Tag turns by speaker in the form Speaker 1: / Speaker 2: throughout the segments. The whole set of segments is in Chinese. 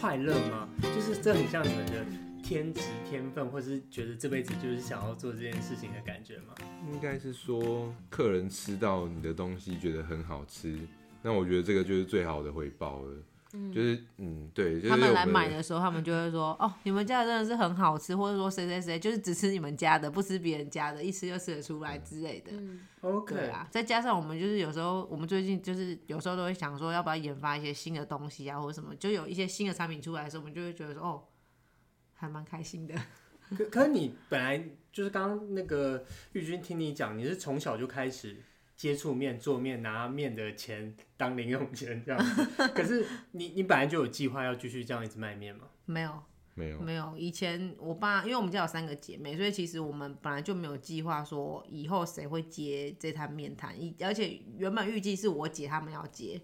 Speaker 1: 快乐吗？就是这很像你们的天职、天分，或是觉得这辈子就是想要做这件事情的感觉吗？
Speaker 2: 应该是说客人吃到你的东西觉得很好吃，那我觉得这个就是最好的回报了。就是嗯，对，就是
Speaker 3: 他们
Speaker 2: 我
Speaker 3: 来买
Speaker 2: 的
Speaker 3: 的时候，他们就会说：“哦，你们家的真的是很好吃，或者说谁谁谁就是只吃你们家的，不吃别人家的，一吃就吃得出来之类的。
Speaker 4: 嗯
Speaker 1: OK，
Speaker 3: 对啊，再加上我们就是有时候，我们最近就是有时候都会想说，要不要研发一些新的东西啊，或者什么，就有一些新的产品出来的时候，我们就会觉得说，哦，还蛮开心的。
Speaker 1: 可可你本来就是刚刚那个玉君听你讲，你是从小就开始接触面、做面、拿面的钱当零用钱这样子。 可是你你本来就有计划要继续这样一直卖面吗？
Speaker 3: 没有，
Speaker 2: 没有，
Speaker 3: 没有。以前我爸，因为我们家有三个姐妹，所以其实我们本来就没有计划说以后谁会接这摊面摊，以而且原本预计是我姐他们要接，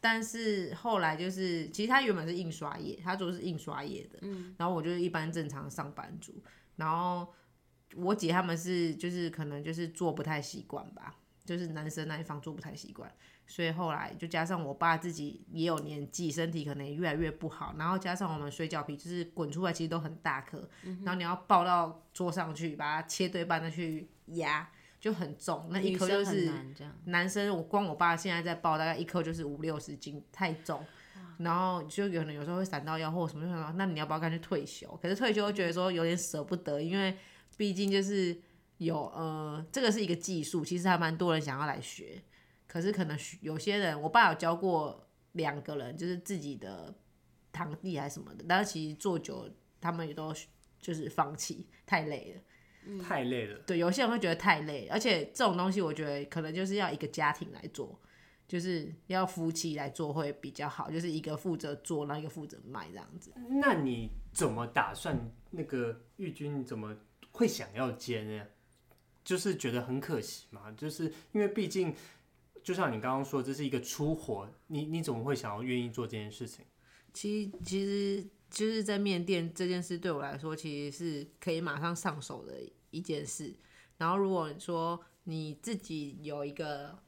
Speaker 3: 但是后来就是，其实他原本是印刷业，他做的是印刷业的，
Speaker 4: 嗯
Speaker 3: 然后我就是一般正常上班族，然后我姐他们是就是可能就是做不太习惯吧，就是男生那一方做不太习惯，所以后来就加上我爸自己也有年纪，身体可能也越来越不好，然后加上我们水饺皮就是滚出来其实都很大颗，
Speaker 4: 嗯
Speaker 3: 然后你要抱到桌上去，把它切对半再去压，就很重，那一
Speaker 4: 女
Speaker 3: 颗
Speaker 4: 生
Speaker 3: 就
Speaker 4: 很
Speaker 3: 是
Speaker 4: 难这样，
Speaker 3: 男生，我光我爸现在在抱，大概一颗就是五六十斤，太重。然后就有人有时候会闪到腰或什么，就想说那你要不要干脆退休？可是退休又觉得说有点舍不得，因为毕竟就是有呃，这个是一个技术，其实还蛮多人想要来学。可是可能学有些人，我爸有教过两个人，就是自己的堂弟还是什么的，但是其实做久了他们也都就是放弃，太累了。嗯
Speaker 1: 太累了。
Speaker 3: 对，有些人会觉得太累，而且这种东西我觉得可能就是要一个家庭来做，就是要夫妻来做会比较好，就是一个负责做，然后一个负责卖这样子。
Speaker 1: 那你怎么打算？那个玉君你怎么会想要接呢？就是觉得很可惜嘛，就是因为毕竟，就像你刚刚说，这是一个出活，你你怎么会想要愿意做这件事情？
Speaker 3: 其实其实就是在面店这件事对我来说，其实是可以马上上手的一件事。然后如果说你自己有一个，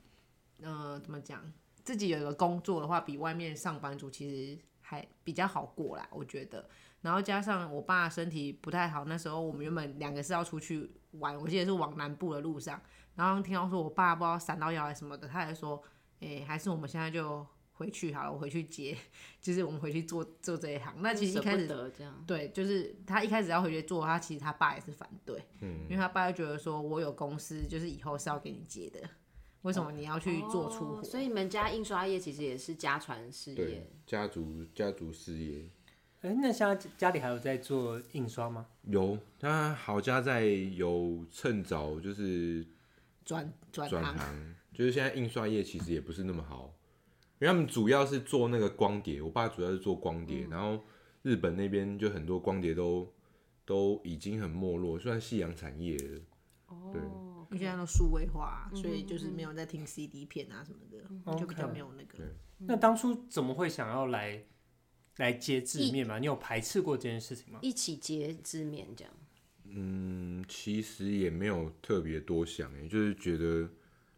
Speaker 3: 呃，怎么讲，自己有一个工作的话，比外面上班族其实还比较好过啦，我觉得。然后加上我爸身体不太好，那时候我们原本两个是要出去玩，我记得是往南部的路上，然后听到说我爸不知道闪到腰还是什么的，他还说，诶、还是我们现在就回去好了，我回去接， 就是我们回去做做这一行。那其实一
Speaker 4: 舍
Speaker 3: 开
Speaker 4: 不
Speaker 3: 始
Speaker 4: 得这样，
Speaker 3: 对，就是他一开始要回去做，他其实他爸也是反对，
Speaker 2: 嗯
Speaker 3: 因为他爸就觉得说，我有公司，就是以后是要给你接的，为什么你要去做出活？
Speaker 4: 哦所以你们家印刷业其实也是家传事
Speaker 2: 对
Speaker 4: 业，
Speaker 2: 家族家族事业
Speaker 1: 哎、那现在家里还有在做印刷吗？
Speaker 2: 有，他好家在有趁早就是
Speaker 3: 转转
Speaker 2: 转
Speaker 3: 行，
Speaker 2: 行，就是现在印刷业其实也不是那么好，因为他们主要是做那个光碟，我爸主要是做光
Speaker 3: 嗯
Speaker 2: 碟，然后日本那边就很多光碟都都已经很没落，算夕阳产业了。对
Speaker 4: 哦，
Speaker 3: 因为现在都数位化，啊所以
Speaker 4: 嗯
Speaker 3: 就是没有在听 CD 片啊什么的，就比较
Speaker 1: 哦 OK
Speaker 3: 没有嗯那个。
Speaker 1: 那当初怎么会想要来来接字面嘛？你有排斥过这件事情吗？
Speaker 4: 一起结之面这样，
Speaker 2: 嗯，其实也没有特别多想，也就是觉得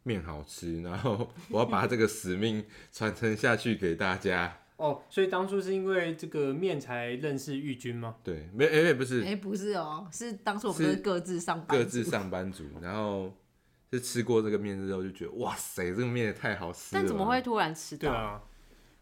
Speaker 2: 面好吃，然后 我要把这个使命传承下去给大家。
Speaker 1: 哦，所以当初是因为这个面才认识玉君吗？
Speaker 2: 对，没诶、不
Speaker 3: 哎、
Speaker 2: 是
Speaker 3: 不是哦，是当时我们都是
Speaker 2: 是
Speaker 3: 各自上班，
Speaker 2: 各自上班族，然后是吃过这个面之后就觉得哇塞，这个面也太好吃了吧。
Speaker 4: 但怎么会突然吃
Speaker 1: 对
Speaker 4: 到？
Speaker 1: 啊，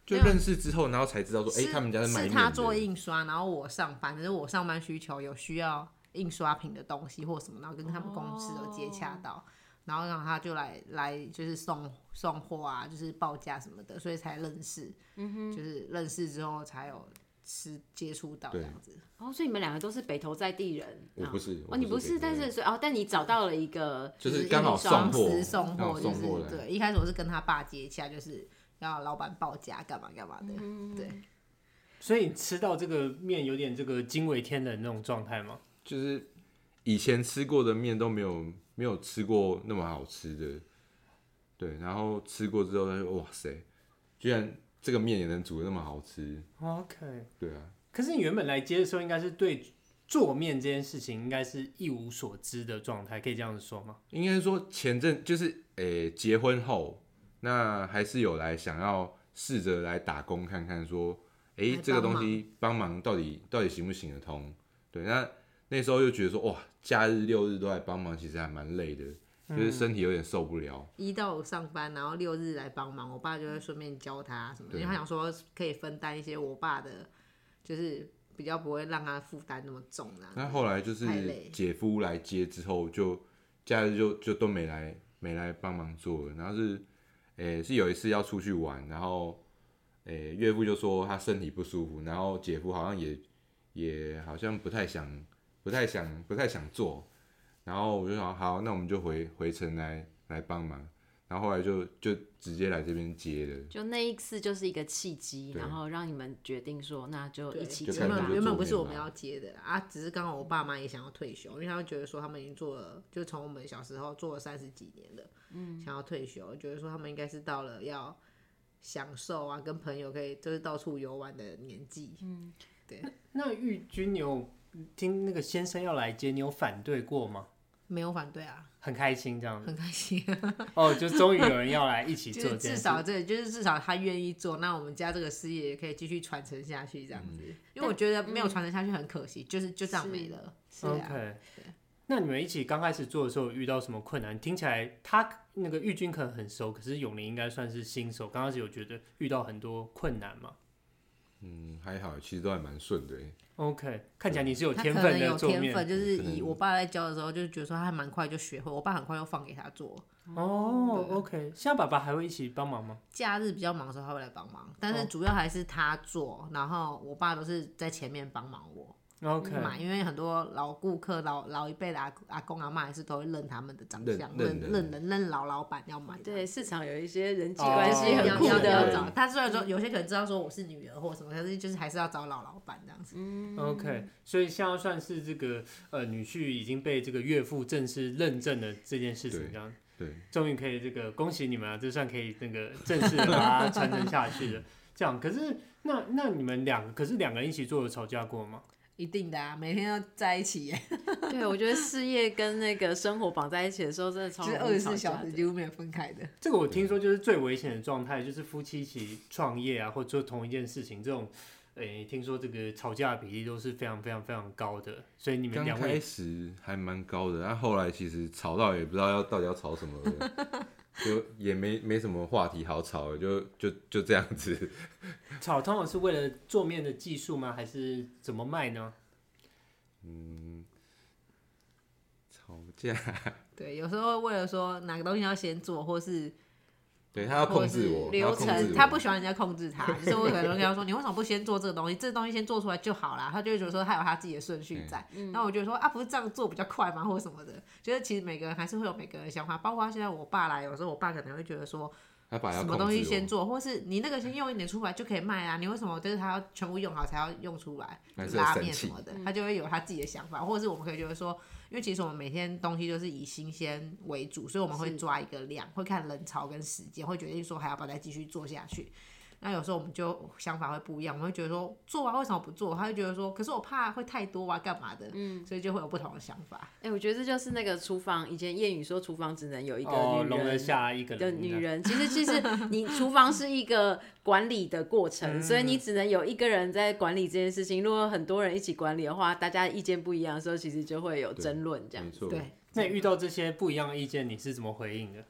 Speaker 2: 就认识之后，然后才知道说，哎、
Speaker 3: 是
Speaker 2: 他们家卖
Speaker 3: 是
Speaker 2: 面
Speaker 3: 他
Speaker 2: 的。
Speaker 3: 做印刷，然后我上班，只是我上班需求有需要印刷品的东西或什么，然后跟他们公司有接洽到，然后让他就来来就是送送货啊，就是报价什么的，所以才认识，就是认识之后才有吃接触到这
Speaker 2: 对
Speaker 3: 样子。
Speaker 4: 哦，所以你们两个都是北投在地人，
Speaker 2: 我
Speaker 4: 啊
Speaker 2: 不是
Speaker 4: 哦，
Speaker 2: 我
Speaker 4: 你
Speaker 2: 不
Speaker 4: 不
Speaker 2: 是
Speaker 4: 是，
Speaker 2: 北
Speaker 4: 但
Speaker 2: 投
Speaker 4: 是所以哦，但你找到了一个
Speaker 2: 就是
Speaker 4: 就是
Speaker 2: 刚好
Speaker 4: 印刷
Speaker 2: 送货
Speaker 3: 公司送
Speaker 2: 刚
Speaker 3: 货
Speaker 2: 好
Speaker 3: 就
Speaker 2: 送
Speaker 3: 是
Speaker 2: 货来
Speaker 3: 对，一开始我是跟他爸接洽，就是要老板报价干嘛干嘛
Speaker 4: 嗯
Speaker 3: 的，对。
Speaker 1: 所以你吃到这个面有点这个惊为天人那种状态吗？
Speaker 2: 就是以前吃过的面都没有没有吃过那么好吃的，对，然后吃过之后，他就哇塞，居然这个面也能煮的那么好吃，
Speaker 1: OK，
Speaker 2: 对啊，
Speaker 1: 可是你原本来接的时候，应该是对做面这件事情应该是一无所知的状态，可以这样子说吗？
Speaker 2: 应该说前阵就是诶、结婚后，那还是有来想要试着来打工看看说。诶，
Speaker 3: 来
Speaker 2: 这个
Speaker 3: 帮
Speaker 2: 东西帮忙到底到底行不行得通？对，那那时候就觉得说，哇，假日六日都来帮忙，其实还蛮累的，
Speaker 3: 嗯
Speaker 2: 就是身体有点受不了。
Speaker 3: 一到五上班，然后六日来帮忙，我爸就会顺便教他什么的，
Speaker 2: 对
Speaker 3: 因为他想说可以分担一些我爸的，就是比较不会让他负担那么重啦、
Speaker 2: 那后来就是
Speaker 3: 啊太累
Speaker 2: 姐夫来接之后就，假日就就都没来没来帮忙做了，然后是，诶、是有一次要出去玩，然后，诶、岳父就说他身体不舒服，然后姐夫好像也也好像不太想不太想不太想做，然后我就想好，那我们就回回城来来帮忙，然后后来就就直接来这边接了。
Speaker 4: 就那一次就是一个契机，
Speaker 2: 对
Speaker 4: 然后让你们决定说，那就
Speaker 3: 对，
Speaker 4: 一起
Speaker 2: 就
Speaker 4: 接
Speaker 2: 看
Speaker 3: 原
Speaker 2: 你
Speaker 4: 吧
Speaker 2: 们就
Speaker 3: 本原本
Speaker 2: 做
Speaker 3: 不是
Speaker 2: 面
Speaker 3: 我们
Speaker 2: 包
Speaker 3: 要接的啦啊，只是刚好我爸妈也想要退休，因为他们觉得说他们已经做了，就从我们小时候做了三十几年了，嗯，想要退休，觉得说他们应该是到了要享受啊，跟朋友可以就是到处游玩的年纪，
Speaker 1: 那玉君你有听那个先生要来接，你有反对过吗？
Speaker 3: 没有反对啊，
Speaker 1: 很开心这样子
Speaker 3: 很开心、
Speaker 1: 哦，就终于有人要来一起
Speaker 3: 就
Speaker 1: 做
Speaker 3: 是
Speaker 1: 这件
Speaker 3: 至
Speaker 1: 事，
Speaker 3: 少这，就是至少他愿意做，那我们家这个事业也可以继续传承下去，这样子。
Speaker 1: 嗯
Speaker 3: 因为我觉得没有传承下去很可惜，就是就这样
Speaker 4: 嗯是
Speaker 3: 没了。是啊，
Speaker 1: OK，那你们一起刚开始做的时候有遇到什么困难？听起来他那个玉君可能很熟，可是永林应该算是新手。刚开始有觉得遇到很多困难吗
Speaker 2: 嗯，还好，其实都还蛮顺的欸。
Speaker 1: ？OK，看起来你是有
Speaker 3: 他
Speaker 1: 天
Speaker 3: 可能
Speaker 1: 分
Speaker 3: 有
Speaker 1: 的做
Speaker 3: 天
Speaker 1: 面
Speaker 3: 分，就是
Speaker 2: 可能
Speaker 3: 以我爸在教的时候，就是觉得说他还蛮快就学会，我爸很快就放给他做。
Speaker 1: 哦。OK，现在爸爸还会一起帮忙吗？
Speaker 3: 假日比较忙的时候，他会来帮忙，但是
Speaker 1: 哦
Speaker 3: 主要还是他做，然后我爸都是在前面帮忙我
Speaker 1: OK，
Speaker 3: 买，因为很多老顾客、老老一辈的阿阿公阿妈还是都会认他们的长
Speaker 2: 认
Speaker 3: 相，
Speaker 2: 认
Speaker 3: 认
Speaker 2: 人
Speaker 3: 认人认老老板要买。
Speaker 4: 对，市场有一些人际
Speaker 1: 哦
Speaker 4: 关
Speaker 3: 是
Speaker 4: 系
Speaker 3: 要
Speaker 4: 很酷
Speaker 3: 要要
Speaker 2: 对
Speaker 4: 的，
Speaker 3: 找他，虽然说有些可能知道说我是女儿或什么，但是就是还是要找老老板这样子。
Speaker 4: 嗯
Speaker 1: OK，所以现在算是这个呃女婿已经被这个岳父正式认证了这件事情，
Speaker 2: 对
Speaker 1: 这样
Speaker 2: 对，
Speaker 1: 终于可以这个恭喜你们啊，这算可以那个正式的把它传承下去的。这样，可是那那你们两个，可是两个人一起做有吵架过吗？
Speaker 3: 一定的啊，每天要在一起 耶，
Speaker 4: 对我觉得事业跟那个生活绑在一起的时候，真的
Speaker 3: 就
Speaker 4: 超
Speaker 3: 是二
Speaker 4: 容易
Speaker 3: 十四
Speaker 4: 吵架
Speaker 3: 小时
Speaker 4: 的。
Speaker 3: 几乎没有分开的。
Speaker 1: 这个我听说就是最危险的状态，就是夫妻一起创业啊，或做同一件事情这种。诶、听说这个吵架的比例都是非常非常非常高的，所以你们
Speaker 2: 刚
Speaker 1: 两
Speaker 2: 开
Speaker 1: 位
Speaker 2: 始还蛮高的，但后来其实吵到也不知道要到底要吵什么了，就也没没什么话题好吵了，就就就这样子。
Speaker 1: 吵，通常是为了做面的技术吗？还是怎么卖呢？
Speaker 2: 嗯吵架，
Speaker 3: 对，有时候为了说哪个东西要先做，或是
Speaker 2: 对他要控制我，
Speaker 4: 或者是
Speaker 2: 他要
Speaker 4: 流程
Speaker 2: 控制我
Speaker 3: 他不喜欢人家控 制他，就是我可能跟他说，你为什么不先做这个东西？这个东西先做出来就好啦。他就会觉得说他有他自己的顺序在。
Speaker 2: 嗯
Speaker 3: 那、我就说啊，不是这样做比较快吗？或什么的，就是其实每个人还是会有每个人的想法，包括现在我爸啦，有时候我爸可能会觉得说。
Speaker 2: 他把要
Speaker 3: 什
Speaker 2: 控制哦
Speaker 3: 么
Speaker 2: 我。
Speaker 3: 东西先做，或是你那个先用一点出来就可以卖啊？你为什么就是它要全部用好才要用出来？
Speaker 2: 还
Speaker 3: 就是
Speaker 2: 很
Speaker 3: 拉
Speaker 2: 生
Speaker 3: 面
Speaker 2: 气
Speaker 3: 什么的，他就会有他自己的想法，或者是我们可以觉得说，因为其实我们每天东西都是以新鲜为主，所以我们会
Speaker 4: 是
Speaker 3: 抓一个量，会看人潮跟时间，会决定说还要不要再继续做下去。那有时候我们就想法会不一样，我们会觉得说做啊，为什么不做？他会觉得说，可是我怕会太多啊，干嘛的？嗯，所以就会有不同的想法。
Speaker 4: 哎、我觉得这就是那个厨房，以前谚语说厨房只能有一个
Speaker 1: 哦，
Speaker 4: 女
Speaker 1: 容得
Speaker 4: 人。
Speaker 1: 下一个
Speaker 4: 的
Speaker 1: 人
Speaker 4: 女人，其实其实 你厨房是一个管理的过
Speaker 1: 嗯
Speaker 4: 程，所以你只能有一个人在管理这件事情。如果很多人一起管理的话，大家意见不一样的时候，其实就会有争论这样
Speaker 2: 没。错，
Speaker 3: 对，
Speaker 1: 那你遇到这些不一样的意见，你是怎么回应的？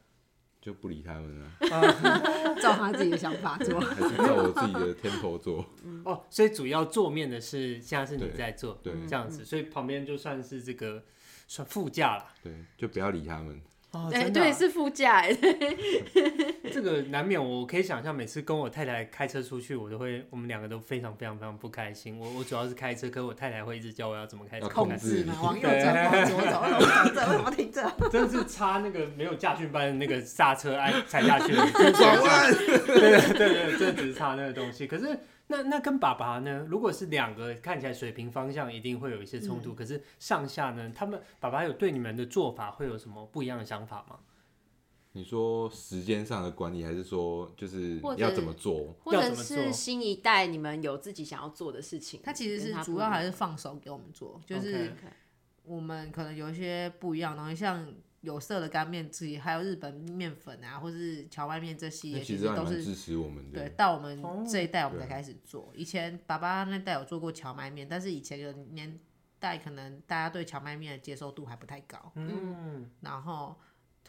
Speaker 2: 就不理他们了，
Speaker 3: 照他自己的想法 做。
Speaker 2: 还是照我自己的 tempo 做。
Speaker 1: 哦，所以主要做面的是现在是你
Speaker 2: 对
Speaker 1: 在做，
Speaker 2: 对
Speaker 4: 嗯
Speaker 1: 这样子，所以旁边就算是这个算副驾了。
Speaker 2: 对，就不要理他们。
Speaker 1: 哦
Speaker 4: 哎、
Speaker 1: 真的啊
Speaker 4: 对，是副驾、哎
Speaker 1: 这个难免，我可以想象，每次跟我太太开车出去，我都会，我们两个都非常非常非常不开心。我我主要是开车，可我太太会一直教我要怎么开车，
Speaker 2: 要
Speaker 3: 控
Speaker 2: 控
Speaker 1: 开
Speaker 2: 制
Speaker 3: 制
Speaker 2: 你
Speaker 3: 嘛，往右转，往左走，为什么走这？为什么停这？
Speaker 1: 真的是插那个没有驾训班的那个刹车哎踩下去 了，真的是
Speaker 2: 转弯，
Speaker 1: 对对对对，这只是差那个东西。可是那那跟爸爸呢？如果是两个看起来水平方向，一定会有一些冲突。可是上下呢？他们爸爸有对你们的做法会有什么不一样的想法吗？
Speaker 2: 你说时间上的管理，还是说就是
Speaker 4: 或者
Speaker 2: 要怎么做？
Speaker 4: 或者
Speaker 1: 要怎么做
Speaker 4: 是新一代你们有自己想要做的事情。
Speaker 3: 他其实
Speaker 4: 跟
Speaker 3: 是
Speaker 4: 他
Speaker 3: 主
Speaker 4: 不一
Speaker 3: 要
Speaker 4: 样
Speaker 3: 还是放手给我们做，就是
Speaker 1: OK
Speaker 3: 我们可能有一些不一样的东西，像有色的干面之一，还有日本面粉啊，或是荞麦面这系
Speaker 2: 那
Speaker 3: 列，
Speaker 2: 其
Speaker 3: 其
Speaker 2: 实
Speaker 3: 实
Speaker 2: 还
Speaker 3: 都
Speaker 2: 蛮
Speaker 3: 是
Speaker 2: 支持我们
Speaker 3: 对，
Speaker 2: 的，
Speaker 3: 到我们
Speaker 4: 哦
Speaker 3: 这一代我们
Speaker 2: 对
Speaker 3: 才开始做。以前爸爸那代有做过荞麦面，但是以前的年代可能大家对荞麦面的接受度还不太高，
Speaker 1: 嗯，
Speaker 3: 然后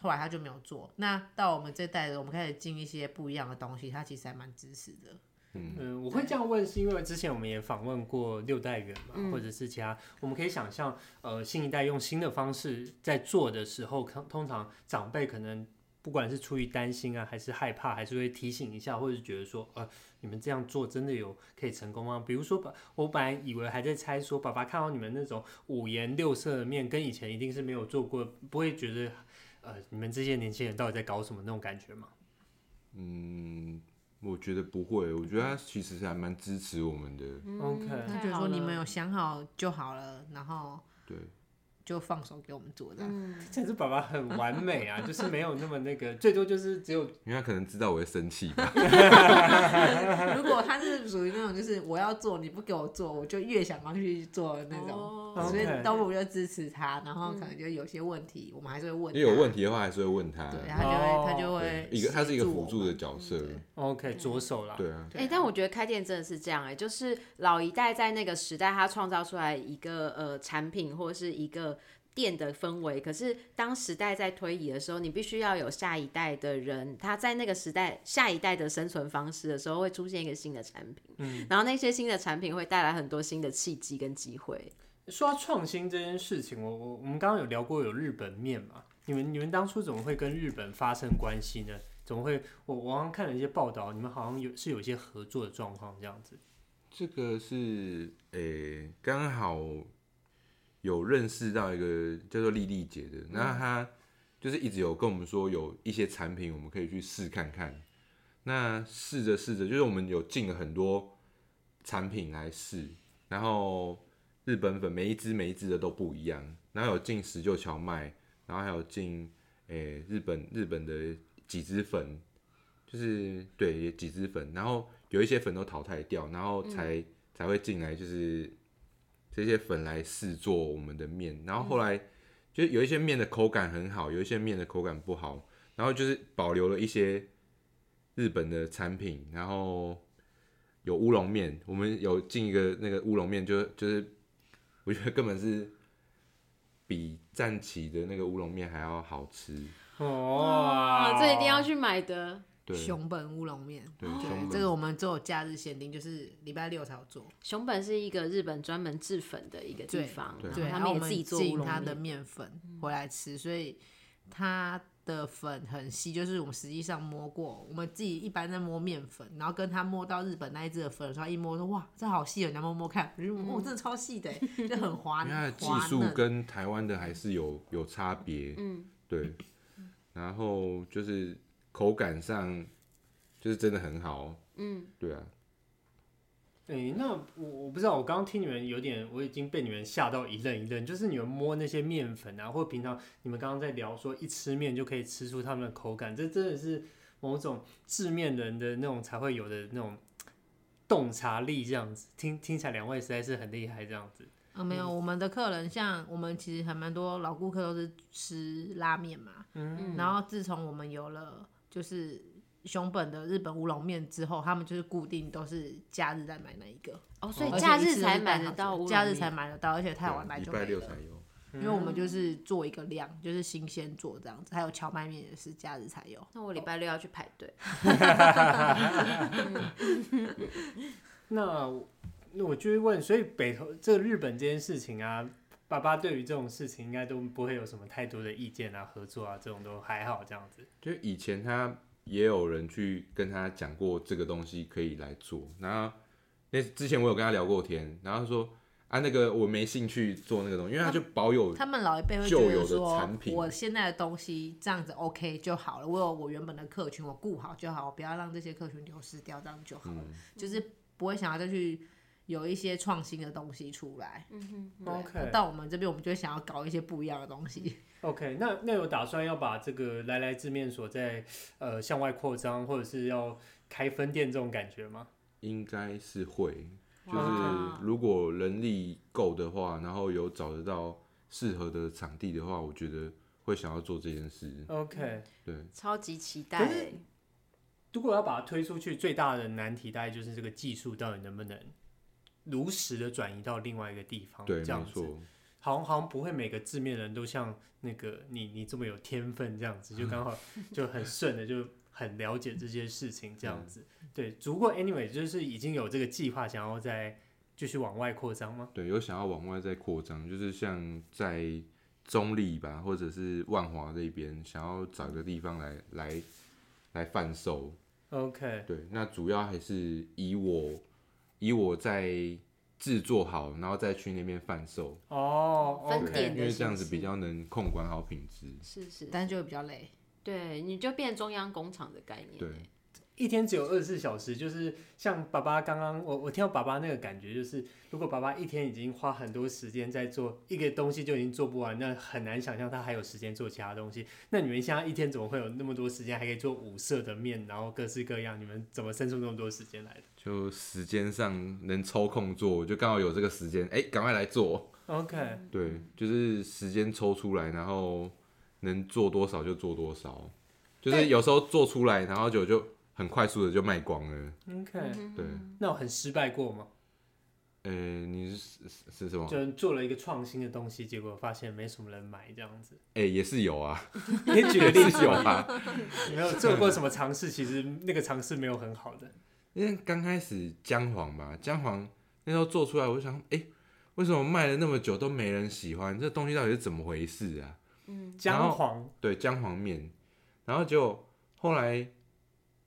Speaker 3: 后来他就没有做。那到我们这代的，我们开始进一些不一样的东西，他其实还蛮支持的。
Speaker 1: 嗯，我会这样问，是因为之前我们也访问过六代人嘛，或者是其他，我们可以想象，呃，新一代用新的方式在做的时候，通通常长辈可能不管是出于担心啊，还是害怕，还是会提醒一下，或者是觉得说，呃，你们这样做真的有可以成功吗？比如说，爸，我本来以为还在猜说，爸爸看到你们那种五颜六色的面，跟以前一定是没有做过，不会觉得，呃，你们这些年轻人到底在搞什么那种感觉吗？
Speaker 2: 嗯，我觉得不会，我觉得他其实还蛮支持我们的，
Speaker 4: 嗯
Speaker 1: OK
Speaker 3: 他觉得说你们有想好就好了，然后
Speaker 2: 对，
Speaker 3: 就放手给我们做的。
Speaker 4: 嗯
Speaker 1: 这是爸爸很完美啊，就是没有那么那个，最多就是只有
Speaker 2: 因为他可能知道我会生气吧，
Speaker 4: 嗯
Speaker 3: 如果他是属于那种就是我要做你不给我做，我就越想要去做的那种。
Speaker 4: 哦
Speaker 1: OK
Speaker 3: 所以都我就支持他，然后可
Speaker 4: 嗯
Speaker 3: 能就有些问题，我们还是会问他。
Speaker 2: 因为有问题的话还是会问他，
Speaker 3: 对，
Speaker 2: 对
Speaker 3: 他就会、
Speaker 1: 哦
Speaker 3: 他就会
Speaker 2: 一个他是一个辅
Speaker 3: 协
Speaker 2: 助
Speaker 3: 我
Speaker 2: 的
Speaker 3: 们。嗯
Speaker 2: 角色，
Speaker 1: OK 左手啦。
Speaker 2: 对啊，
Speaker 4: 哎、但我觉得开店真的是这样哎、就是老一代在那个时代，他创造出来一个呃产品或是一个店的氛围。可是当时代在推移的时候，你必须要有下一代的人，他在那个时代下一代的生存方式的时候，会出现一个新的产品，嗯，然后那些新的产品会带来很多新的契机跟机会。
Speaker 1: 说到创新这件事情，我我我们刚刚有聊过有日本面嘛？你们你们当初怎么会跟日本发生关系呢？怎么会？我我好像看了一些报道，你们好像有是有一些合作的状况这样子。
Speaker 2: 这个是诶，刚、好有认识到一个叫做丽丽姐的，那她就是一直有跟我们说有一些产品我们可以去试看看。那试着试着，就是我们有进了很多产品来试，然后日本粉每一支每一支的都不一样，然后有进十九荞麦，然后还有进诶、日本日本的几支粉，就是对也几支粉，然后有一些粉都淘汰掉，然后才、才会进来，就是这些粉来试做我们的面，然后后来、就有一些面的口感很好，有一些面的口感不好，然后就是保留了一些日本的产品，然后有乌龙面，我们有进一个那个乌龙面就，就是我觉得根本是比战旗的那个乌龙面还要好吃，
Speaker 1: 哦，
Speaker 4: 这一定要去买的。
Speaker 2: 对
Speaker 3: 熊哦本乌龙面，
Speaker 2: 对熊本
Speaker 3: 这个我们只有假日限定，就是礼拜六才有做。
Speaker 4: 熊本是一个日本专门制粉的一个地方，
Speaker 2: 对
Speaker 3: 对，
Speaker 4: 然
Speaker 3: 然
Speaker 4: 后
Speaker 3: 后
Speaker 4: 他
Speaker 3: 我
Speaker 4: 们
Speaker 3: 们
Speaker 4: 也自己做乌
Speaker 3: 进
Speaker 4: 龙
Speaker 3: 它的
Speaker 4: 面。嗯
Speaker 3: 面粉回来吃，所以它的粉很稀，就是我们实际上摸过，我们自己一般在摸面粉，然后跟他摸到日本那一只的粉的时候，一摸说哇，这好细哦，你要不要摸摸看？我就
Speaker 4: 嗯
Speaker 3: 摸，哦，真的超细的耶，就很 滑，
Speaker 2: 因为它的技
Speaker 3: 滑
Speaker 2: 术
Speaker 3: 嫩
Speaker 2: 跟台湾的还是有有差别，
Speaker 4: 嗯，
Speaker 2: 对，然后就是口感上就是真的很好，嗯，对啊，
Speaker 1: 诶，那我我不知道，我刚刚听你们有点，我已经被你们吓到一愣一愣。就是你们摸那些面粉啊，或者平常你们刚刚在聊说一吃面就可以吃出它们的口感，这真的是某种制面人的那种才会有的那种洞察力，这样子。听听起来两位实在是很厉害，这样子。
Speaker 3: 啊，
Speaker 2: 嗯
Speaker 3: 没有，我们的客人像我们其实还蛮多老顾客都是吃拉面嘛，嗯，然后自从我们有了就是熊本的日本乌龙面之后，他们就是固定都是假日在买那一个，
Speaker 4: 哦，所以
Speaker 3: 而且
Speaker 4: 假
Speaker 3: 一
Speaker 4: 日
Speaker 3: 次
Speaker 4: 才
Speaker 3: 是
Speaker 4: 买
Speaker 3: 带
Speaker 4: 得
Speaker 3: 好
Speaker 4: 到
Speaker 3: 吃
Speaker 4: 乌龙
Speaker 3: 假日
Speaker 4: 面
Speaker 3: 才买得到，而且太晚买
Speaker 2: 啊礼
Speaker 3: 就
Speaker 2: 拜
Speaker 3: 没
Speaker 2: 六
Speaker 3: 了
Speaker 2: 才，有，
Speaker 3: 因为我们就是做一个量，就是新鲜做这样子，还有荞麦面也是假日才有，
Speaker 4: 那我礼拜六要去排队。
Speaker 1: 那我那我就会问，所以北投这个日本这件事情啊，爸爸对于这种事情应该都不会有什么太多的意见啊，合作啊这种都还好这样子。
Speaker 2: 就以前他也有人去跟他讲过这个东西可以来做，然后那之前我有跟他聊过天，然后他说啊那个我没兴趣做那个东西，因为他就保有
Speaker 3: 他们老一辈会
Speaker 2: 旧
Speaker 3: 觉
Speaker 2: 有
Speaker 3: 得
Speaker 2: 的
Speaker 3: 说
Speaker 2: 产，品
Speaker 3: 我现在的东西这样子 OK 就好了，我有我原本的客群，我顾好就好，我不要让这些客群流失掉，这样就好了，
Speaker 2: 嗯
Speaker 3: 就是不会想要再去有一些创新的东西出来。对
Speaker 2: 哦
Speaker 1: OK
Speaker 3: 到我们这边，我们就会想要搞一些不一样的东西。
Speaker 1: OK，那那有打算要把这个来来字面所在呃向外扩张，或者是要开分店这种感觉吗？
Speaker 2: 应该是会，就
Speaker 4: 哇
Speaker 2: 是如果人力够的话，然后有找得到适合的场地的话，我觉得会想要做这件事。
Speaker 1: OK，
Speaker 2: 对，
Speaker 4: 超级期待、
Speaker 1: 可是
Speaker 4: 欸。
Speaker 1: 如果要把它推出去，最大的难题大概就是这个技术到底能不能如实的转移到另外一个地方，
Speaker 2: 对，
Speaker 1: 这样
Speaker 2: 没
Speaker 1: 子。
Speaker 2: 错，
Speaker 1: 好像好像不会每个字面人都像那个你你这么有天分这样子，就 刚好就很顺的就很了解这些事情这
Speaker 2: 嗯
Speaker 1: 样子。对，只不过 anyway 就是已经有这个计划，想要再继续往外扩张吗？
Speaker 2: 对，有想要往外再扩张，就是像在中立吧，或者是万华这边，想要找个地方来来来贩售。
Speaker 1: OK，
Speaker 2: 对，那主要还是以我以我在制作好，然后再去那边贩售，
Speaker 1: 哦、o
Speaker 4: 分
Speaker 1: k
Speaker 2: 对，
Speaker 4: 店
Speaker 2: 因
Speaker 4: 的
Speaker 2: 为这样子
Speaker 4: 形式
Speaker 2: 比较能控管好品质。
Speaker 4: 是是，
Speaker 3: 但就会比较累。
Speaker 4: 对，你就变中央工厂的概念、
Speaker 2: 对
Speaker 4: 欸
Speaker 1: 一天只有二十四小时，就是像爸爸刚刚，我我听到爸爸那个感觉，就是如果爸爸一天已经花很多时间在做一个东西，就已经做不完，那很难想象他还有时间做其他东西。那你们现在一天怎么会有那么多时间，还可以做五色的面，然后各式各样？你们怎么生出那么多时间来的
Speaker 2: 就时间上能抽空做，我就刚好有这个时间，哎、赶快来做。
Speaker 1: ？OK，
Speaker 2: 对，就是时间抽出来，然后能做多少就做多少，就是有时候做出来，然后就就很快速的就卖光了。
Speaker 1: OK，、
Speaker 3: 嗯
Speaker 2: 对，
Speaker 1: 嗯那我很失败过吗？
Speaker 2: 呃、你是是是什么？
Speaker 1: 就做了一个创新的东西，结果发现没什么人买，这样子。
Speaker 2: 哎、也是有啊，
Speaker 1: 你举个
Speaker 2: 也
Speaker 1: 例
Speaker 2: 是
Speaker 1: 子哦
Speaker 2: 有
Speaker 1: 吧，
Speaker 2: 啊。
Speaker 1: 你没有做过什么尝试，其实那个尝试没有很好的。
Speaker 2: 因为刚开始姜黄吧，姜黄那时候做出来，我就想，哎、为什么卖了那么久都没人喜欢？这东西到底是怎么回事啊？
Speaker 4: 嗯
Speaker 3: 嗯
Speaker 1: 姜黄
Speaker 2: 对，姜黄面，然后就后来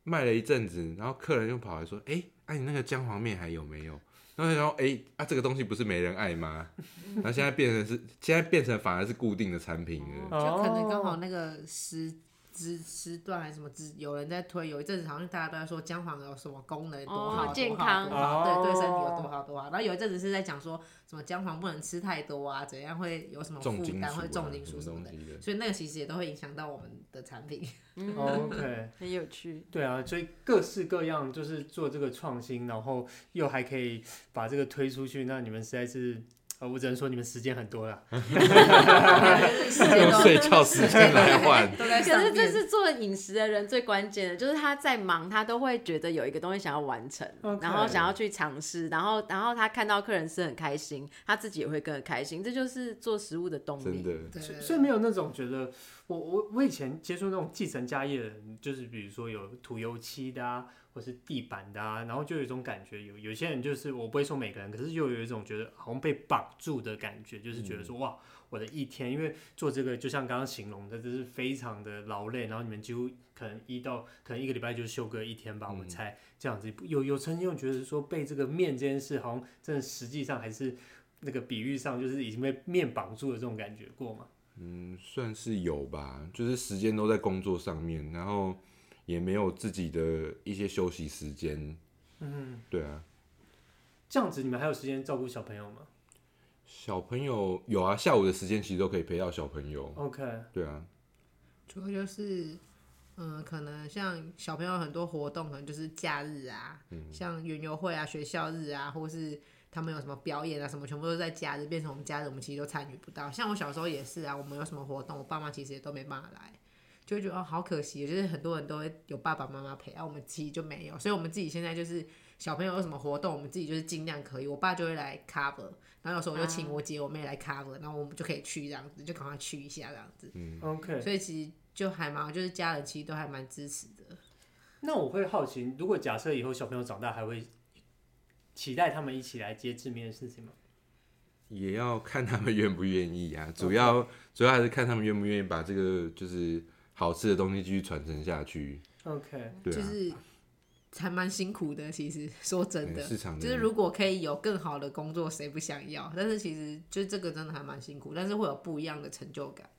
Speaker 2: 卖了一阵子，然后客人又跑来说，哎、哎、你那个姜黄面还有没有？然后然后哎、啊，这个东西不是没人爱吗？然后现在变成是，现在变成反而是固定的产品了。
Speaker 3: 就可能刚
Speaker 1: 哦
Speaker 3: 好那个时时时段还是什么，只有人在推，有一阵子好像大家都在说姜黄有什么功能多好，
Speaker 4: 哦
Speaker 3: 多好
Speaker 4: 健康
Speaker 3: 多好，对对，身体有
Speaker 1: 哦
Speaker 3: 多好多好。然后有一阵子是在讲说什么姜黄不能吃太多啊，怎样会有什么
Speaker 2: 重
Speaker 3: 负
Speaker 2: 金属、
Speaker 3: 担，
Speaker 2: 啊
Speaker 3: 会，重金属
Speaker 2: 什
Speaker 3: 什
Speaker 2: 么
Speaker 3: 么
Speaker 2: 东
Speaker 3: 的，
Speaker 2: 西的，
Speaker 3: 所以那个其实也都会影响到我们的产品。 哦
Speaker 1: 哦 OK。
Speaker 4: 嗯很有趣。
Speaker 1: 对啊，所以各式各样就是做这个创新，然后又还可以把这个推出去，那你们实在是，呃，我只能说你们时间很多啦。
Speaker 3: 时间
Speaker 2: 用
Speaker 3: 都
Speaker 2: 睡觉时间来 换。
Speaker 3: 都在
Speaker 4: 可
Speaker 3: 上
Speaker 4: 是这
Speaker 3: 面。
Speaker 4: 是做饮食的人最关键的，就是他在忙，他都会觉得有一个东西想要完成
Speaker 1: OK
Speaker 4: 然后想要去尝试，然后然后他看到客人吃很开心，他自己也会更开心，这就是做食物的动
Speaker 2: 真
Speaker 4: 力。
Speaker 2: 的，
Speaker 3: 对
Speaker 1: 所以
Speaker 3: 对
Speaker 1: 所以没有那种觉得，我我我以前接触那种继承家业的人，就是比如说有涂油漆的啊，或是地板的啊，然后就有一种感觉，有有些人就是我不会说每个人，可是就有一种觉得好像被绑住的感觉，就是觉得
Speaker 3: 嗯
Speaker 1: 说、哇，我的一天，因为做这个就像刚刚形容的，就是非常的劳累，然后你们几乎可能一到可能一个礼拜就休个一天吧，
Speaker 3: 嗯
Speaker 1: 我猜这样子，有有曾经有觉得说被这个面这件事，好像真的实际上还是。那个比喻上就是已经被面绑住的这种感觉过吗？
Speaker 2: 嗯，算是有吧，就是时间都在工作上面，然后也没有自己的一些休息时间。嗯，对啊，
Speaker 1: 这样子你们还有时间照顾小朋友吗
Speaker 2: 小朋友有啊，下午的时间其实都可以陪到小朋友。
Speaker 1: ？OK，
Speaker 2: 对啊，
Speaker 3: 主要就是，嗯、可能像小朋友很多活动，可能就是假日啊，像园游会啊、学校日啊，或是他们有什么表演啊，什么全部都在假日，变成我们假日我们其实都参与不到。像我小时候也是啊，我们有什么活动，我爸妈其实也都没办法来。就会觉得哦，好可惜，就是很多人都会有爸爸妈妈陪，啊，我们其实就没有，所以我们自己现在就是小朋友有什么活动，我们自己就是尽量可以，我爸就会来 cover，然后有时候我就请我姐我妹来 cover，然后我们就可以去这样子，就赶快去一下这样子。
Speaker 1: OK，
Speaker 3: 所以其实就还蛮，就是家人其实都还蛮支持的。
Speaker 1: 那我会好奇，如果假设以后小朋友长大，还会期待他们一起来接志面的事情吗？
Speaker 2: 也要看他们愿不愿意 啊，主要主要还是看他们愿不愿意把这个就是好吃的东西继续传承下去。
Speaker 1: OK，
Speaker 2: 对
Speaker 3: 就
Speaker 2: 啊，
Speaker 3: 是还蛮辛苦的。其实说真的，
Speaker 2: 嗯市场的
Speaker 3: 就是如果可以有更好的工作，谁不想要？但是其实就这个真的还蛮辛苦，但是会有不一样的成就感，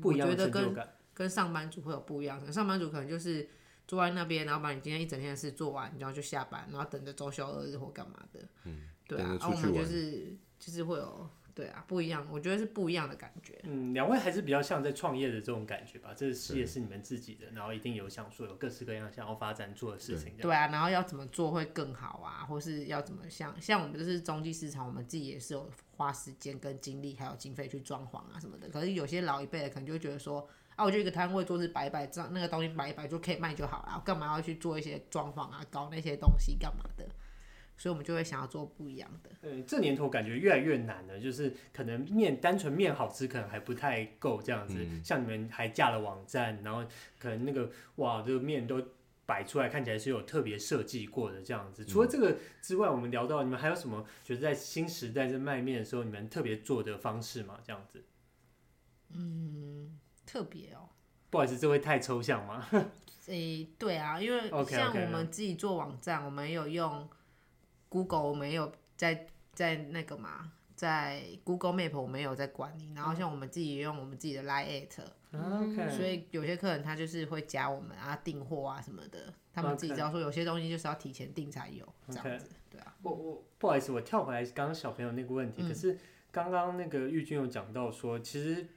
Speaker 1: 不一样的
Speaker 3: 嗯我觉
Speaker 1: 成
Speaker 3: 得
Speaker 1: 就感。
Speaker 3: 跟上班族会有不一样的。上班族可能就是坐在那边，然后把你今天一整天的事做完，然后就下班，然后等着周休二日或干嘛的。嗯，对
Speaker 2: 等
Speaker 3: 啊，然
Speaker 2: 着
Speaker 3: 后
Speaker 2: 出
Speaker 3: 我
Speaker 2: 去
Speaker 3: 们就
Speaker 2: 玩
Speaker 3: 是就是会有对啊，不一样，我觉得是不一样的感觉。
Speaker 1: 嗯，两位还是比较像在创业的这种感觉吧，这个事业是你们自己的，然后一定有想说有各式各样想要发展做的事情。
Speaker 3: 对啊，然后要怎么做会更好啊，或是要怎么像像我们就是中继市场，我们自己也是有花时间跟精力还有经费去装潢啊什么的。可是有些老一辈的可能就会觉得说，啊，我就一个摊位桌子摆一摆，这样那个东西摆一摆就可以卖就好了，我干嘛要去做一些装潢啊，搞那些东西干嘛的？所以我们就会想要做不一样的。
Speaker 1: 呃，这年头感觉越来越难了，就是可能面单纯面好吃可能还不太够这样子，像你们还架了网站，然后可能那个哇，这个面都摆出来看起来是有特别设计过的这样子。除了这个之外，我们聊到你们还有什么觉得在新时代在卖面的时候，你们特别做的方式吗？这样子，
Speaker 3: 特别哦。
Speaker 1: 不好意思，这会太抽象吗？
Speaker 3: 诶、对啊，因为
Speaker 1: OK，OK，
Speaker 3: 像我们自己做网站我们有用 Google，我们有在在那个嘛，在 Google Map 我们有在管理，然后像我们自己也用我们自己的 Line at，、
Speaker 1: OK，
Speaker 3: 嗯所以有些客人他就是会加我们啊订货啊什么的，他们自己
Speaker 1: OK
Speaker 3: 知道说有些东西就是要提前订才有这样子，对啊，
Speaker 1: 我我不好意思，我跳回来刚刚小朋友那个问
Speaker 3: 嗯
Speaker 1: 题，可是刚刚那个玉君有讲到说，其实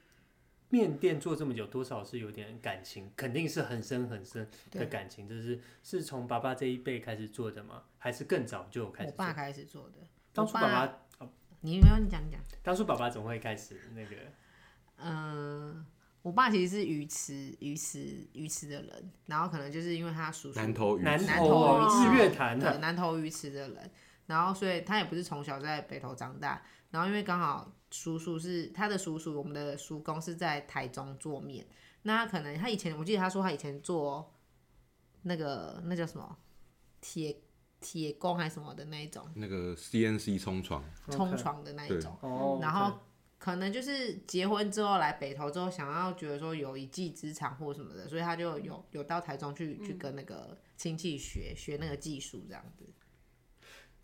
Speaker 1: 面店做这么久，多少是有点感情，肯定是很深很深的
Speaker 3: 对
Speaker 1: 感情。就是是从爸爸这一辈开始做的吗？还是更早就有开
Speaker 3: 我
Speaker 1: 始
Speaker 3: 爸
Speaker 1: 做？
Speaker 3: 开始做的，
Speaker 1: 当
Speaker 3: 我
Speaker 1: 初爸
Speaker 3: 爸，
Speaker 1: 爸，
Speaker 3: 你没有你讲你讲，
Speaker 1: 当初爸爸怎么会开始那个？
Speaker 3: 嗯、我爸其实是鱼池鱼池鱼池的人，然后可能就是因为他叔叔
Speaker 2: 南投鱼
Speaker 1: 南
Speaker 2: 池
Speaker 3: 南
Speaker 1: 投
Speaker 3: 投
Speaker 1: 哦
Speaker 4: 鱼
Speaker 1: 日
Speaker 4: 池
Speaker 1: 月潭
Speaker 3: 对，
Speaker 1: 的，
Speaker 3: 南投鱼池的人，然后所以他也不是从小在北投长大，然后因为刚好叔叔是他的叔叔，我们的叔公是在台中做面，那他可能他以前我记得他说他以前做那个那叫什么铁铁工还是什么的那一种
Speaker 2: 那个 CNC 冲床，
Speaker 3: 冲床的那一种，
Speaker 1: 哦，
Speaker 3: 嗯然后可能就是结婚之后来北投之后，想要觉得说有一技之长或什么的，所以他就有有到台中去去跟那个亲戚学学那个技术这样子。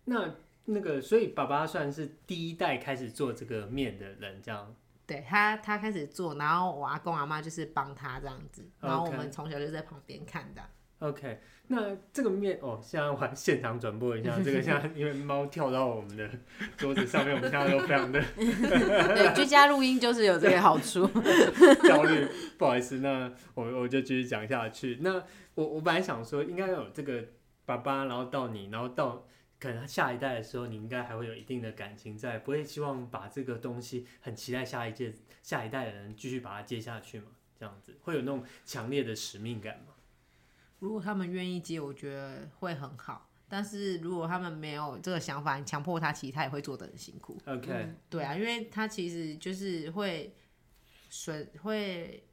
Speaker 1: 那那个，所以爸爸算是第一代开始做这个面的人，这样。
Speaker 3: 对他，他开始做，然后我阿公阿妈就是帮他这样子，然后我
Speaker 1: OK
Speaker 3: 们从小就在旁边看的。
Speaker 1: OK，那这个面哦，现在我还现场转播一下，这个现在因为猫跳到我们的桌子上面，我们现在都非常的
Speaker 4: 对，居家录音就是有这个好处。
Speaker 1: 焦虑，不好意思，那我我就继续讲下去。那我我本来想说，应该有这个爸爸，然后到你，然后到可能下一代的时候，你应该还会有一定的感情在，不会希望把这个东西很期待下一届下一代的人继续把它接下去嘛？这样子会有那种强烈的使命感吗？
Speaker 3: 如果他们愿意接，我觉得会很好。但是如果他们没有这个想法，你强迫他，其实他也会做的很辛苦。
Speaker 1: OK，、
Speaker 4: 嗯
Speaker 3: 对啊，因为他其实就是会损会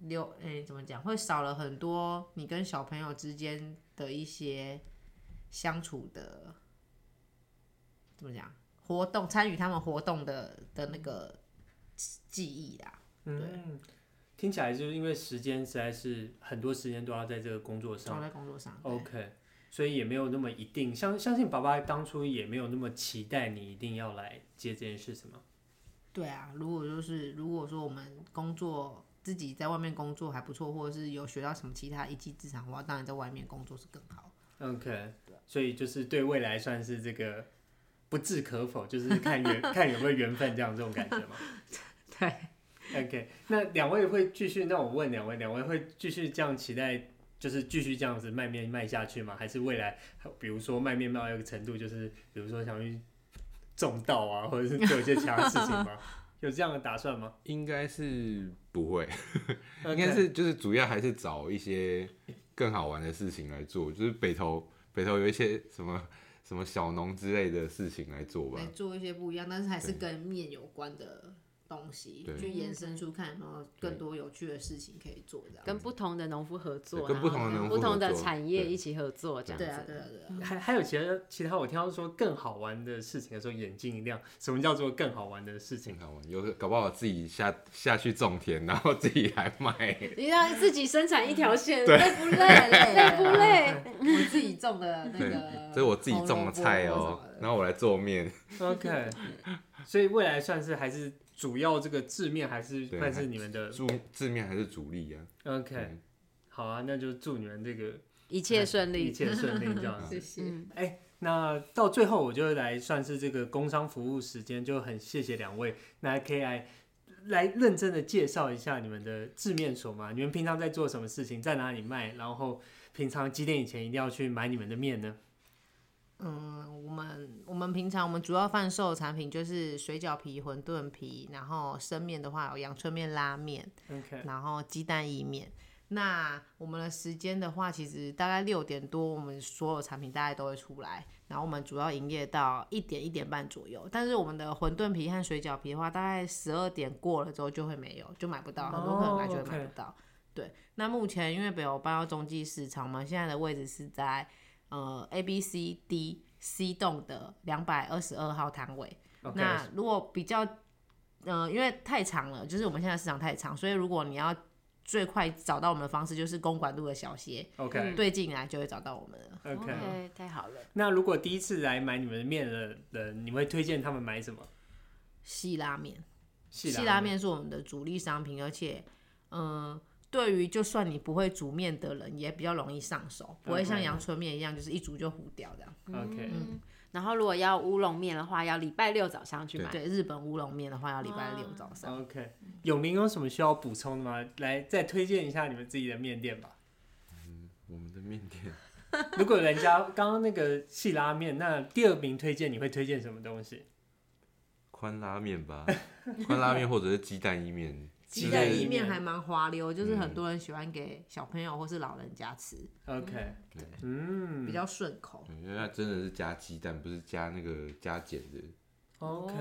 Speaker 3: 留，诶、怎么讲？会少了很多你跟小朋友之间的一些相处的，怎么讲？活动参与他们活动的的那个记忆啦。
Speaker 1: 嗯，听起来就是因为时间实在是很多时间都要在这个工作
Speaker 3: 都
Speaker 1: 上。
Speaker 3: 在工作上。对
Speaker 1: OK，所以也没有那么一定，相相信爸爸当初也没有那么期待你一定要来接这件事情嘛。
Speaker 3: 对啊，如果就是如果说我们工作自己在外面工作还不错，或者是有学到什么其他一技之长的话，当然在外面工作是更好。
Speaker 1: OK，所以就是对未来算是这个不置可否，就是看缘看有没有缘分这样这种感觉嘛。
Speaker 3: 对，
Speaker 1: OK，那两位会继续？那我问两位，两位会继续这样期待，就是继续这样子卖面卖下去吗？还是未来，比如说卖面卖到一个程度，就是比如说想去种稻啊，或者是做一些其他事情吗？有这样的打算吗？
Speaker 2: 应该是不 会，
Speaker 1: OK
Speaker 2: 应该是就是主要还是找一些更好玩的事情来做，就是北投北投有一些什么什么小农之类的事情来做吧
Speaker 3: 来。做一些不一样，但是还是跟面有关的东西，
Speaker 2: 对
Speaker 3: 去延伸出看有没有更多有趣的事情可以做，这样。
Speaker 4: 跟不同的农夫合作，
Speaker 2: 对跟
Speaker 4: 然
Speaker 2: 不
Speaker 4: 后
Speaker 2: 同的
Speaker 4: 跟
Speaker 2: 农
Speaker 4: 不
Speaker 2: 夫
Speaker 4: 同
Speaker 2: 合
Speaker 4: 的
Speaker 2: 作
Speaker 4: 产业
Speaker 2: 对
Speaker 4: 一起合作，这样
Speaker 3: 对啊，
Speaker 4: 子。
Speaker 3: 对啊，对啊。
Speaker 1: 还还有其他其他，我听到说更好玩的事情的时候，眼睛一亮。什么叫做更好玩的事情
Speaker 2: 挺？好玩，有搞不好自己下下去种田，然后自己来卖。
Speaker 4: 你让自己生产一条线，
Speaker 3: 累不累？累
Speaker 4: 累不？累？
Speaker 3: 我自己种的那
Speaker 2: 对
Speaker 3: 个，，
Speaker 2: 这是我自己种的菜哦、
Speaker 3: 红萝卜什么的
Speaker 2: 然后我来做面，
Speaker 1: OK，所 以未来算是还是主要这个字面还是
Speaker 2: 对
Speaker 1: 算是你们的
Speaker 2: 煮字面还是主力 啊。
Speaker 1: OK
Speaker 2: 嗯。
Speaker 1: 好啊，那就祝你们这个
Speaker 4: 一切顺
Speaker 1: 一
Speaker 4: 利。
Speaker 1: 切顺利这样啊子
Speaker 3: 谢。谢。
Speaker 4: 嗯，
Speaker 1: 哎，那到最后，我就来算是这个工商服务时间，就很谢谢两位，那可以来来认真的介绍一下你们的制面所吗？你们平常在做什么事情，在哪里卖？然后平常几点以前一定要去买你们的面呢？
Speaker 3: 嗯，我们我们平常我们主要贩售的产品就是水饺皮、馄饨皮，然后生面的话有阳春面、拉面，
Speaker 1: OK，
Speaker 3: 然后鸡蛋意面。那我们的时间的话，其实大概六点多，我们所有产品大概都会出来。然后我们主要营业到一点一点半左右，但是我们的馄饨皮和水饺皮的话，大概十二点过了之后就会没有，就买不到，很多客人来就会买不到。对，那目前因为北欧搬到中继市场，我们现在的位置是在呃 A、B、C、D、C 栋的两百二十二号摊位。
Speaker 1: OK，
Speaker 3: 那如果比较，嗯、因为太长了，就是我们现在市场太长，所以如果你要最快找到我们的方式，就是公馆路的小鞋，
Speaker 1: OK
Speaker 3: 对进来就会找到我们了。
Speaker 1: 嗯 OK，
Speaker 4: OK，太好了。
Speaker 1: 那如果第一次来买你们的面的人，你会推荐他们买什么？
Speaker 3: 细拉面，
Speaker 1: 细
Speaker 3: 细拉面是我们的主力商品，而且，嗯、对于就算你不会煮面的人，也比较容易上手，不会像阳春面一样，就是一煮就糊掉这样。
Speaker 4: 嗯
Speaker 1: OK，
Speaker 4: 然后如果要乌龙面的话，要礼拜六早上去买。
Speaker 3: 对，日本乌龙面的话，要礼拜六早上。
Speaker 1: OK，永宁有什么需要补充的吗？来，再推荐一下你们自己的面店吧。
Speaker 2: 我们的面店，
Speaker 1: 如果人家刚刚那个细拉面，那第二名推荐你会推荐什么东西？
Speaker 2: 宽拉面吧， 宽拉面或者是鸡蛋意面，
Speaker 1: 鸡
Speaker 3: 鸡
Speaker 1: 蛋
Speaker 3: 蛋
Speaker 1: 意
Speaker 3: 意
Speaker 1: 面
Speaker 3: 面还蛮滑溜，就是很多人喜欢给小朋友或是老人家吃，
Speaker 1: OK，
Speaker 2: 对
Speaker 1: 嗯
Speaker 3: 比较顺口。
Speaker 2: 因为它真的是加鸡蛋，不是加那个加碱的。
Speaker 1: ，OK
Speaker 4: 哦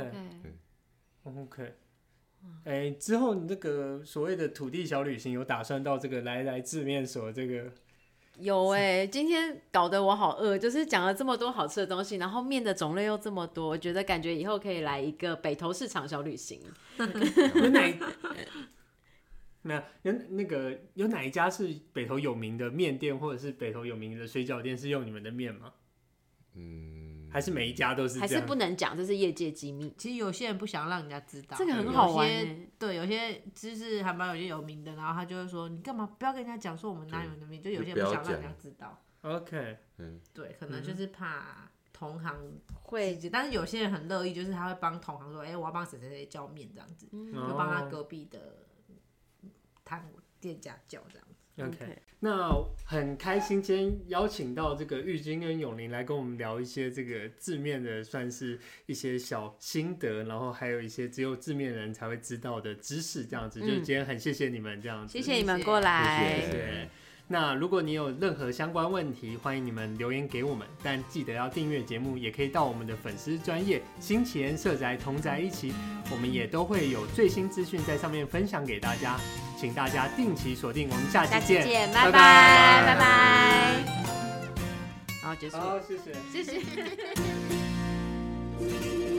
Speaker 4: OK，
Speaker 1: OK。哎、之后你这个所谓的土地小旅行，有打算到这个来来自面所这个
Speaker 4: 有哎、今天搞得我好饿，就是讲了这么多好吃的东西，然后面的种类又这么多，我觉得感觉以后可以来一个北投市场小旅行。
Speaker 1: 有哪？没有，有那个有哪一家是北投有名的面店，或者是北投有名的水饺店是用你们的面吗？
Speaker 2: 嗯，
Speaker 1: 还是每一家都是
Speaker 4: 还
Speaker 1: 这
Speaker 4: 是
Speaker 1: 样？
Speaker 4: 不能讲，这是业界机密。
Speaker 3: 其实有些人不想让人家知道，
Speaker 4: 这个很
Speaker 3: 有
Speaker 4: 好玩
Speaker 3: 些
Speaker 4: 欸
Speaker 3: 对，有些就是还蛮有些有名的，然后他就会说你干嘛不要跟人家讲说我们哪有的名，就有些人不想让人家知道。
Speaker 1: OK，
Speaker 2: 嗯，
Speaker 3: 对，可能就是怕同行
Speaker 4: 会
Speaker 3: 直接，但是有些人很乐意，就是他会帮同行说，哎，我要帮谁谁谁叫面这样子，
Speaker 4: 嗯
Speaker 3: 就
Speaker 1: 哦
Speaker 3: 帮他隔壁的摊店家叫这样。
Speaker 1: OK，那很开心今天邀请到这个玉君跟永林来跟我们聊一些这个字面的，算是一些小心得，然后还有一些只有字面人才会知道的知识，这样子。
Speaker 4: 嗯
Speaker 1: 就是今天很谢谢你们这样子。
Speaker 4: 谢谢你们过来。
Speaker 2: 谢谢。
Speaker 1: 那如果你有任何相关问题，欢迎你们留言给我们，但记得要订阅节目，也可以到我们的粉丝专业新奇人社宅同宅一起，我们也都会有最新资讯在上面分享给大家，请大家定期锁定，我们下
Speaker 4: 下
Speaker 1: 期
Speaker 4: 期
Speaker 1: 见，
Speaker 4: 见，
Speaker 1: 拜
Speaker 4: 拜拜，拜拜。好，结束。
Speaker 1: 好，谢谢。
Speaker 4: 谢谢。